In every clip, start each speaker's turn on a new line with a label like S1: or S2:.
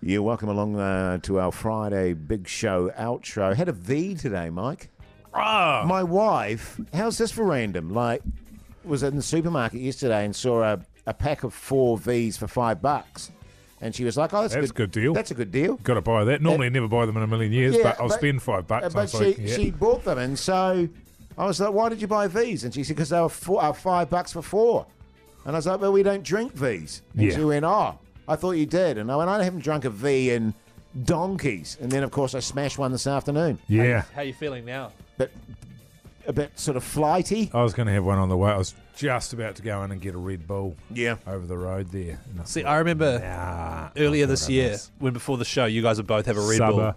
S1: You're welcome along uh, to our Friday big show outro. Had a V today, Mike.
S2: Oh,
S1: My wife, how's this for random? Like, was in the supermarket yesterday and saw a, a pack of four V's for five bucks. And she was like, oh, that's,
S2: That's a good deal.
S1: That's a good deal.
S2: got to buy that. Normally, I never buy them in a million years,
S1: Yeah,
S2: but I'll spend five bucks.
S1: uh,
S2: I
S1: But
S2: was
S1: she,
S2: like, yeah.
S1: she bought them, and so I was like, "Why did you buy these?" And she said, "Because they were four, uh, five bucks for four. And I was like, "Well, we don't drink these." And
S2: Yeah.
S1: she went, "Oh, I thought you did." And I went, "I haven't drunk a V in donkeys." And then, of course, I smashed one this afternoon.
S2: yeah.
S3: How you feeling now?
S1: But a bit sort of flighty.
S2: I was going to have one on the way. I was just about to go in and get a Red Bull
S1: Yeah.
S2: over the road there. And I
S3: See,
S2: thought,
S3: I remember
S2: "Nah,
S3: earlier
S2: I'll
S3: this
S2: go to
S3: year when before the show, you guys would both have a Red
S2: Subba.
S3: Bull,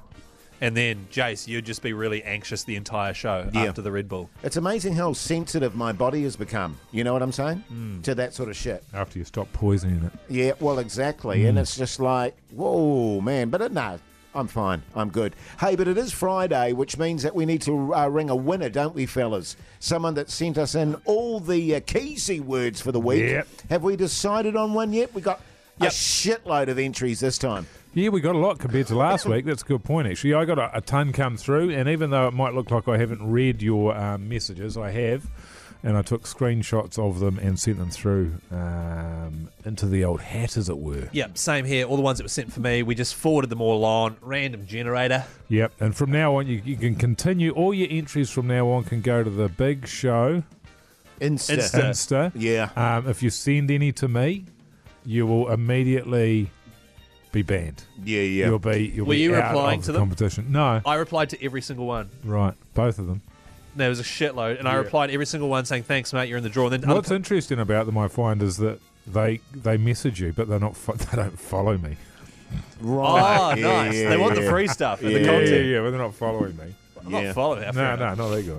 S3: and then Jace, you'd just be really anxious the entire show
S1: Yeah.
S3: after the Red Bull.
S1: It's amazing how sensitive my body has become. You know what I'm saying?
S2: Hmm.
S1: To that sort of shit.
S2: After you stop poisoning it.
S1: Yeah, well, exactly.
S3: Hmm.
S1: And it's just like, whoa, man. But it, no, I'm fine. I'm good. Hey, but it is Friday, which means that we need to uh, ring a winner, don't we, fellas? Someone that sent us in all the uh, Keezy words for the week.
S2: Yep.
S1: Have we decided on one yet? We got a
S3: Yep.
S1: shitload of entries this time.
S2: Yeah, we got a lot compared to last week. That's a good point, actually. I got a, a ton come through, and even though it might look like I haven't read your um, messages, I have, and I took screenshots of them and sent them through um, into the old hat, as it were.
S3: Yep, same here. All the ones that were sent for me, we just forwarded them all on random generator.
S2: Yep, and from now on, you, you can continue. All your entries from now on can go to the big show
S1: Insta.
S3: Insta. Yeah.
S2: Insta.
S1: Yeah.
S2: Um, if you send any to me, you will immediately be banned.
S1: Yeah, yeah.
S2: You'll be you'll
S3: Were
S2: be
S3: you
S2: out
S3: replying
S2: of
S3: to
S2: the
S3: them?
S2: competition. No,
S3: I replied to every single one.
S2: right, both of them.
S3: There was a shitload, and I
S2: Yeah.
S3: replied to every single one saying, "Thanks, mate, you're in the draw." And then other
S2: What's interesting about them, I find, is that they they message you, but they're not fo- they don't follow me.
S1: right.
S3: Oh,
S1: Yeah,
S3: nice.
S1: yeah,
S3: they want
S1: yeah.
S3: the free stuff and the
S1: Yeah.
S3: content.
S2: yeah, but they're not following me.
S3: I'm
S1: Yeah.
S3: not following that.
S2: No,
S3: fair
S2: no,
S3: enough.
S2: not that guy.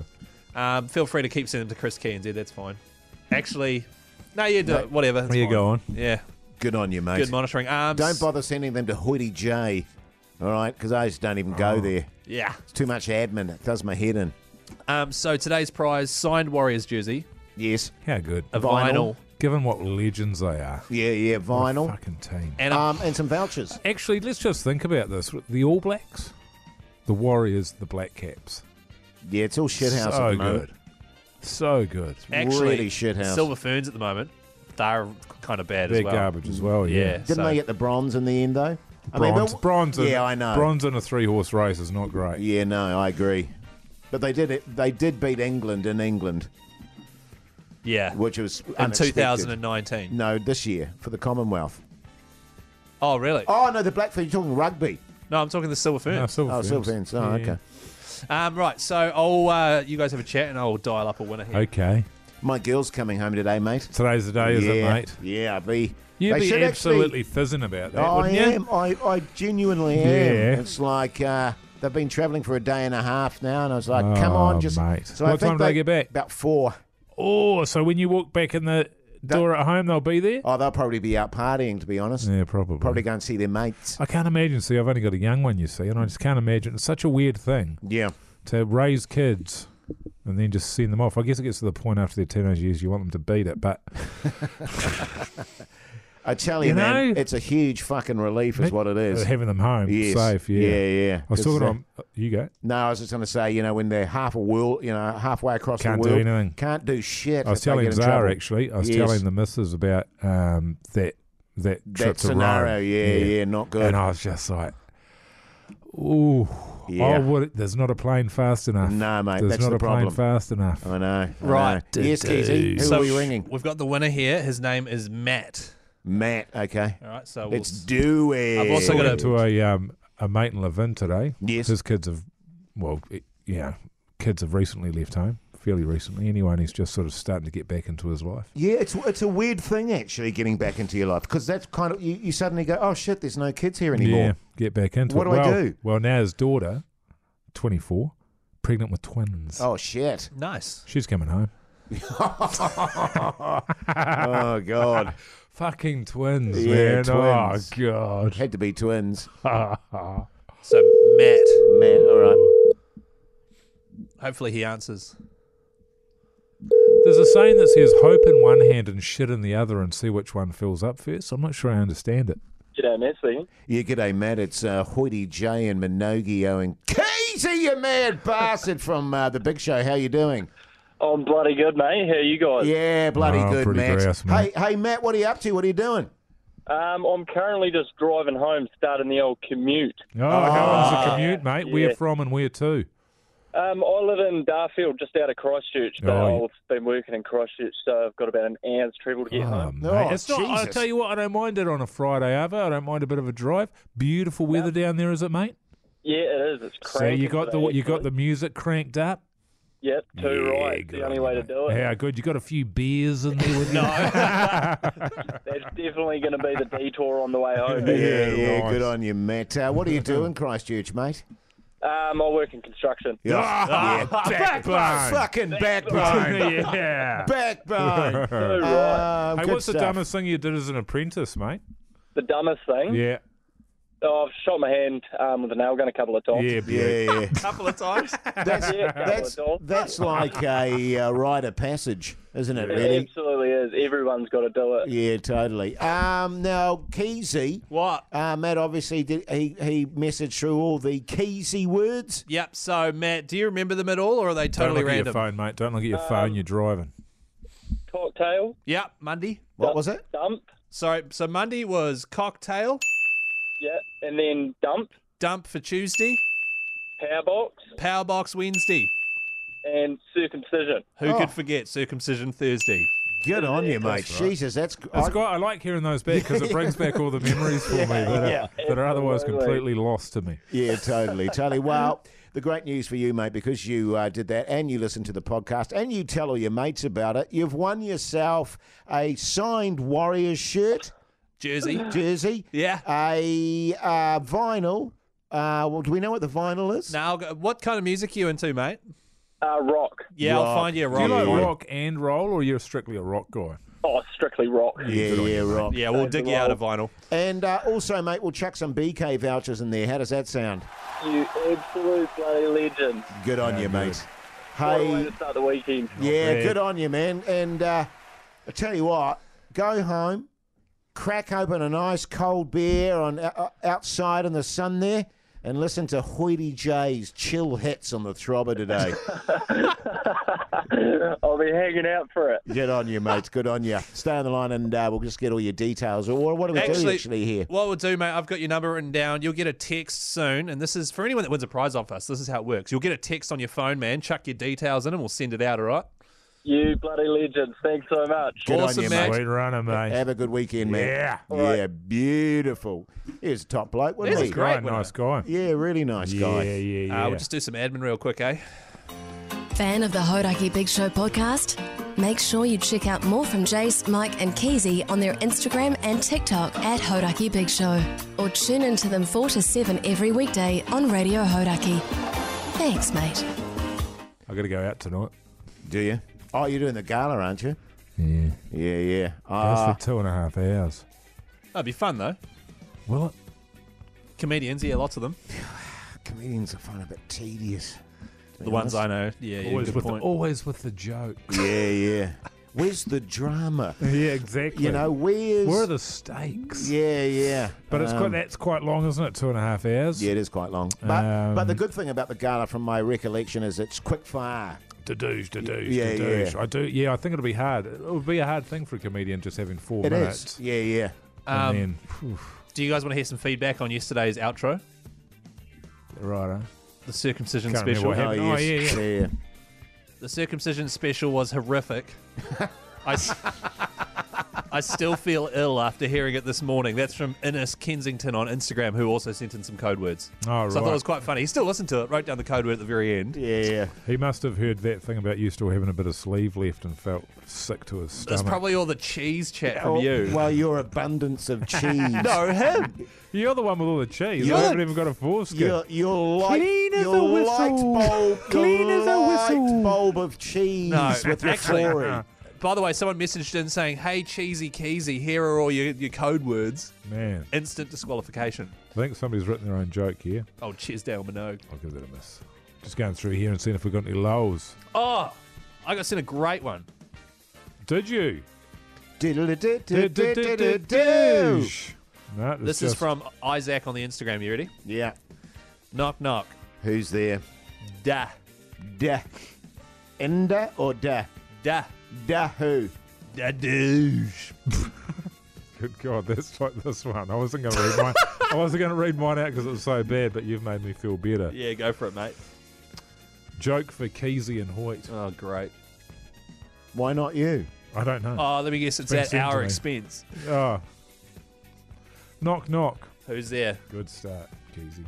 S3: Um, feel free to keep sending them to Chris Keansy. That's fine. Actually, no, you do it. Whatever. that's
S2: There you
S3: fine.
S2: go on.
S3: Yeah.
S1: Good on you, mate.
S3: Good monitoring. Um,
S1: don't bother sending them to Hoity J, all right? Because I just don't even
S3: Oh.
S1: go there.
S3: Yeah.
S1: It's too much admin. It does my head in.
S3: Um, so today's prize signed Warriors jersey,
S1: Yes.
S2: How good.
S3: a
S1: Vinyl.
S3: vinyl,
S2: Given what legends they are,
S1: Yeah, yeah. Vinyl.
S2: fucking team.
S3: and a,
S1: Um, and some vouchers.
S2: Actually, let's just think about this: the All Blacks, the Warriors, the Black Caps.
S1: Yeah, it's all shit house at
S2: so
S1: the
S2: good,
S1: moment.
S2: so good.
S3: actually
S1: really shithouse.
S3: Silver Ferns at the moment. They're kind of bad
S2: They're
S3: as well.
S2: garbage as well. Yeah.
S3: Yeah.
S1: Didn't
S3: so-
S1: they get the bronze in the end though? I mean,
S2: Bronze,
S1: but-
S2: bronze. in-
S1: Yeah, I know.
S2: Bronze in a three-horse race is not great.
S1: Yeah, no, I agree. But they did it. They did beat England in England,
S3: Yeah.
S1: which was
S3: In
S1: unexpected.
S3: 2019.
S1: No, this year for the Commonwealth.
S3: Oh, really?
S1: Oh no, the Blackford. You're talking rugby.
S3: No, I'm talking the Silver
S2: No,
S3: Ferns.
S2: Silver
S1: Oh,
S2: Ferns.
S1: Silver Ferns. Oh,
S2: Yeah.
S1: okay.
S3: Um, right. So I'll uh, you guys have a chat, and I'll dial up a winner here.
S2: Okay.
S1: My girl's coming home today, mate.
S2: Today's the day, is
S1: yeah,
S2: it, mate?
S1: Yeah, I be.
S2: You'd
S1: they
S2: be
S1: should
S2: absolutely fizzing about
S1: Actually,
S2: that,
S1: I
S2: wouldn't you?
S1: am. I, I genuinely am.
S2: Yeah.
S1: It's like uh, they've been travelling for a day and a half now, and I was like,
S2: Oh,
S1: "Come on, just."
S2: mate.
S1: I
S2: What
S1: think
S2: time do they get back?
S1: About four.
S2: Oh, so when you walk back in the door at home, they'll be there?
S1: Oh, they'll probably be out partying, to be honest.
S2: Yeah, probably.
S1: Probably go and see their mates.
S2: I can't imagine. See, I've only got a young one, you see, and I just can't imagine. It's such a weird thing
S1: Yeah.
S2: to raise kids and then just send them off. I guess it gets to the point after their teenage years you want them to beat it, but
S1: I tell you,
S2: You
S1: man,
S2: know-
S1: it's a huge fucking relief, is what it is.
S2: having them home
S1: Yes.
S2: safe, yeah.
S1: Yeah, yeah.
S2: I was
S1: 'Cause,
S2: talking
S1: uh,
S2: on. You go.
S1: No, I was just going to say, you know, when they're half a world, you know, halfway across
S2: Can't
S1: the
S2: do
S1: world,
S2: anything.
S1: can't do shit.
S2: I was
S1: if they
S2: telling
S1: get in trouble.
S2: Zara, actually, I was
S1: Yes.
S2: telling the missus about um, that that trip
S1: that
S2: to
S1: scenario,
S2: Rome.
S1: yeah, yeah, not good.
S2: And I was just like, ooh,
S1: Yeah.
S2: oh, what, there's not a plane fast enough.
S1: No, mate,
S2: there's
S1: that's
S2: not
S1: the
S2: a plane
S1: problem.
S2: fast enough.
S1: I know. I
S3: Right.
S1: know. Yes, Keezy. Who
S3: So
S1: are we ringing?
S3: We've got the winner here. His name is Matt.
S1: Matt. Okay.
S3: All right. So we'll
S1: Let's do it.
S3: I've also got
S2: Talking
S3: a-
S2: to a um, a mate in Levin today.
S1: Yes.
S2: his kids have, well, it- yeah, kids have recently left home, fairly recently. Anyway, and he's just sort of starting to get back into his life.
S1: Yeah, it's it's a weird thing actually getting back into your life because that's kind of you, you suddenly go, oh shit, there's no kids here anymore.
S2: Yeah, get back into
S1: What
S2: it.
S1: do I
S2: Well-
S1: do?
S2: Well, now his daughter, 24, pregnant with twins.
S1: Oh shit.
S3: nice.
S2: She's coming home.
S1: Oh god,
S2: Fucking twins,
S1: Yeah,
S2: man.
S1: twins.
S2: Oh, God.
S1: had to be twins.
S3: So Matt.
S1: Matt, all right.
S3: Hopefully he answers.
S2: There's a saying that says hope in one hand and shit in the other and see which one fills up first. I'm not sure I understand it.
S4: G'day, man. Speaking.
S1: Yeah, g'day, Matt. It's uh, Hoity J and Minogi and Keezy, you mad bastard from uh, The Big Show. How you doing?
S4: I'm bloody good, mate. How you guys?
S1: Yeah, bloody
S2: Oh,
S1: good,
S2: pretty
S1: Matt.
S2: grouse,
S1: Hey,
S2: mate.
S1: hey, Matt, what are you up to? What are you doing?
S4: Um, I'm currently just driving home, starting the old commute.
S2: Oh, how long's the
S4: Ah,
S2: commute, mate?
S4: yeah.
S2: Where from and where to?
S4: Um, I live in Darfield, just out of Christchurch. So
S2: Oh, yeah.
S4: I've been working in Christchurch, so I've got about an hour's travel to get
S2: Oh,
S4: home.
S2: mate.
S1: Oh,
S2: it's not, I'll
S1: Jesus.
S2: tell you what, I don't mind it on a Friday, Ava. I don't mind a bit of a drive. Beautiful weather down there, is it, mate?
S4: Yeah, it is. It's
S2: So
S4: crazy.
S2: you got the you got the music cranked up.
S4: Yep, two
S2: Yeah,
S4: right. It's
S2: good
S4: the only
S2: on
S4: way
S2: you,
S4: to
S2: mate.
S4: do it.
S2: Yeah, good. You got a few beers in there with you.
S4: That's definitely going to be the detour on the way home.
S1: Yeah,
S2: Yeah,
S1: yeah,
S2: nice.
S1: good on you, Matt. Uh, what are you doing, Christchurch, mate?
S4: Um, I work in construction.
S1: Yeah.
S2: backbone.
S1: Fucking backbone.
S2: yeah.
S1: backbone.
S2: Uh,
S4: Two right.
S1: Um,
S2: Hey,
S1: good
S2: what's the
S1: stuff.
S2: dumbest thing you did as an apprentice, mate?
S4: The dumbest thing.
S2: Yeah.
S4: Oh, I've shot my hand um, with a nail gun a couple of times.
S2: Yeah,
S1: Yeah,
S2: beautiful.
S1: yeah.
S3: A couple of times.
S1: That's,
S4: Yeah, couple
S1: that's,
S4: of dogs.
S1: that's like a uh, rite of passage, isn't it,
S4: It
S1: really?
S4: absolutely is. Everyone's got to do it.
S1: Yeah, totally. Um, now, Keezy,
S3: what?
S1: uh, Matt obviously did, he, he messaged through all the Keezy words.
S3: Yep. So, Matt, do you remember them at all, or are they
S2: Don't
S3: totally
S2: look at your
S3: random?
S2: phone, mate. Don't look at your
S4: Um,
S2: phone. You're driving.
S4: Cocktail,
S3: Yep. Monday.
S1: What was it?
S4: dump,
S3: Sorry. So Monday was cocktail,
S4: yeah, and then dump,
S3: dump for Tuesday,
S4: power box,
S3: power box Wednesday.
S4: and circumcision.
S3: Who
S1: Oh.
S3: could forget circumcision Thursday?
S1: Good on you, mate. Jesus, that's.
S2: It's
S1: I-
S2: got, I like hearing those back because it brings back all the memories for me that, are,
S1: yeah.
S2: that are otherwise
S4: Absolutely.
S2: completely lost to me.
S1: Yeah, totally, totally. Well, the great news for you, mate, because you uh, did that and you listened to the podcast and you tell all your mates about it, you've won yourself a signed Warriors shirt,
S3: Jersey.
S1: jersey,
S3: Yeah.
S1: a uh, vinyl. Uh, well, do we know what the vinyl is?
S3: Now, I'll go- what kind of music are you into, mate?
S4: Uh, rock.
S3: Yeah, I'll
S1: Rock.
S3: find you a
S2: Do you
S3: rock.
S2: like
S3: one.
S2: rock and roll, or you're strictly a rock guy?
S4: Oh, strictly rock.
S1: Yeah, yeah, right.
S3: Yeah, we'll dig you out of vinyl.
S1: And uh, also, mate, we'll chuck some BK vouchers in there. How does that sound? Uh,
S4: You absolute bloody legend.
S1: Good on you, mate.
S4: What a way
S1: Hey,
S4: to start the weekend.
S1: yeah,
S2: bad.
S1: good on you, man. And uh, I tell you what, go home, crack open a nice cold beer on uh, outside in the sun there, and listen to Hoity J's chill hits on the throbber today.
S4: I'll be hanging out for it.
S1: good on you, mates. Good on you. Stay on the line, and uh, we'll just get all your details. Or what do we do actually here?
S3: What we'll do, mate, I've got your number written down. You'll get a text soon. And this is for anyone that wins a prize off us. This is how it works. You'll get a text on your phone, man. Chuck your details in and we'll send it out, all right?
S4: You bloody legend. Thanks so much.
S1: Good on
S3: Awesome, Uh,
S1: you,
S3: mate.
S1: mate.
S2: Sweet runner, mate.
S1: Have a good weekend, man.
S2: Yeah.
S1: Yeah, beautiful. He was a top bloke, wasn't
S3: He's a
S1: he?
S3: great
S2: Guy,
S3: winner.
S2: nice guy.
S1: Yeah, really nice
S2: Yeah,
S1: guy.
S2: yeah, yeah.
S3: Uh, we'll just do some admin real quick, eh?
S5: Fan of the Hodaki Big Show podcast? Make sure you check out more from Jace, Mike, and Keezy on their Instagram and TikTok at Hodaki Big Show. Or tune in to them 4 to 7 every weekday on Radio Hodaki. Thanks, mate.
S2: I got to go out tonight.
S1: Do you? Oh, you're doing the gala, aren't you?
S2: Yeah.
S1: Yeah, yeah.
S2: That's
S1: Ah,
S2: for two and a half hours.
S3: That'd be fun, though.
S2: Will it?
S3: Comedians, yeah, lots of them.
S1: comedians are fun, a bit tedious. to
S3: The
S1: be
S3: ones
S1: honest.
S3: I know. Yeah, yeah.
S2: Always
S3: good
S2: with, the,
S3: point.
S2: always with the joke.
S1: Yeah, yeah. Where's the drama?
S2: yeah, exactly.
S1: You know, where's
S2: where are the stakes?
S1: Yeah, yeah.
S2: But it's quite
S1: Um,
S2: that's quite long, isn't it? Two and a half hours.
S1: Yeah, it is quite long. But but the
S2: Um,
S1: good thing about the gala, from my recollection, is it's quick fire.
S2: Da-douche, da-douche,
S1: Yeah,
S2: da-douche.
S1: yeah.
S2: I do. Yeah, I think it'll be hard. It would be a hard thing for a comedian just having four
S1: It is.
S2: minutes.
S1: Yeah, yeah.
S2: And
S3: Um,
S2: then, phew,
S3: Do you guys want to hear some feedback on yesterday's outro?
S2: right.
S3: The circumcision
S2: Can't remember
S3: special.
S2: what happened. Oh,
S1: yes.
S2: yeah,
S1: yeah, yeah.
S3: The circumcision special was horrific. I, s- I still feel ill after hearing it this morning. That's from Innes Kensington on Instagram, who also sent in some code words.
S2: Oh,
S3: So I thought
S2: right.
S3: it was quite funny. He still listened to it, wrote down the code word at the very end.
S1: Yeah, yeah.
S2: He must have heard that thing about you still having a bit of sleeve left and felt sick to his
S3: That's
S2: stomach.
S3: probably all the cheese chat
S1: Oh,
S3: from you.
S1: Well, your abundance of cheese.
S3: no, him.
S2: You're the one with all the cheese.
S1: You're
S2: I haven't
S1: the-
S2: even got a foreskin.
S1: Your, your light,
S2: Clean as
S1: your
S2: a whistle.
S1: light bulb,
S2: Clean
S1: your
S2: as a whistle. uh-uh.
S1: light bulb of cheese
S3: No,
S1: with
S3: actually-
S1: Laflori.
S3: By the way, someone messaged in saying, hey, Cheesy Keezy, here are all your, your code words.
S2: Man,
S3: Instant disqualification.
S2: I think somebody's written their own joke here.
S3: Oh, Chisdale Minogue.
S2: I'll give that a miss. Just going through here and seeing if we got any lows.
S3: Oh, I got sent a great one.
S2: Did you?
S1: Diddle-a-doo-doo-doo-doo-doo.
S2: Douche. No, it's
S3: This
S2: just-
S3: is from Isaac on the Instagram. You ready?
S1: Yeah.
S3: Knock, knock.
S1: Who's there?
S3: Da,
S1: Da. Enda or da?
S3: da,
S1: Da who?
S3: da douche.
S2: Good God, that's like this one. I wasn't going to read mine. I wasn't going to read mine out because it was so bad, but you've made me feel better.
S3: Yeah, go for it, mate.
S2: Joke for Keezy and Hoyt.
S3: Oh, great.
S1: Why not you?
S2: I don't know.
S3: Oh, let me guess. It's
S2: Been
S3: at
S2: sent to
S3: our
S2: me.
S3: expense.
S2: Oh. Knock, knock.
S3: Who's there?
S2: Good start, Keezy.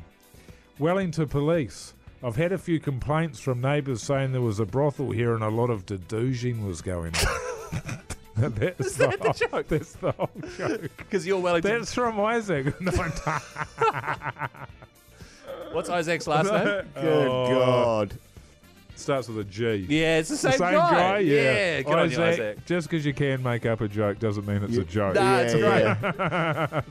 S2: Wellington Police. I've had a few complaints from neighbours saying there was a brothel here and a lot of dedouging was going on. that's the,
S3: that the
S2: whole-
S3: joke?
S2: That's the whole joke.
S3: Because you're Wellington.
S2: That's from Isaac. No, I'm not.
S3: What's Isaac's last name?
S1: Good
S2: Oh,
S1: God.
S2: Starts with a G.
S3: Yeah, it's the same,
S2: The same guy, yeah.
S3: good on you, Isaac.
S2: Just because you can make up a joke doesn't mean Ah, it's a joke.
S3: Nah, it's
S1: yeah.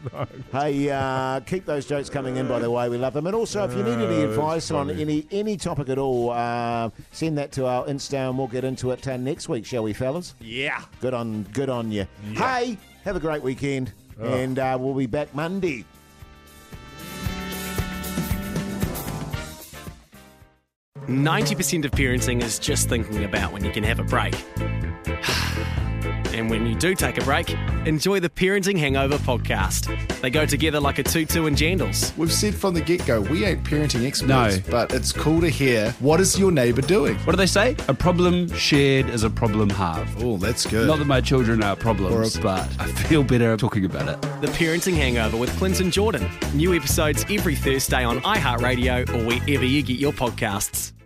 S1: Hey, uh, keep those jokes coming in. By the way, we love them. And also, if you need any
S2: Oh, that's
S1: advice on
S2: funny.
S1: any any topic at all, uh, send that to our Insta, and we'll get into it uh, next week, shall we, fellas?
S3: Yeah.
S1: Good on, good on you. Hey, have a great weekend, and uh, we'll be back Monday.
S6: Ninety percent of parenting is just thinking about when you can have a break. And when you do take a break, enjoy the Parenting Hangover podcast. They go together like a tutu and jandals.
S7: We've said from the get go, we ain't parenting experts, but it's cool to hear what is your neighbour doing.
S8: What do they say? A problem shared is a problem halved.
S7: Oh, that's good.
S8: Not that my children are problems,
S7: Or a-
S8: but I feel better talking about it.
S6: The Parenting Hangover with Clinton Jordan. New episodes every Thursday on iHeartRadio or wherever you get your podcasts.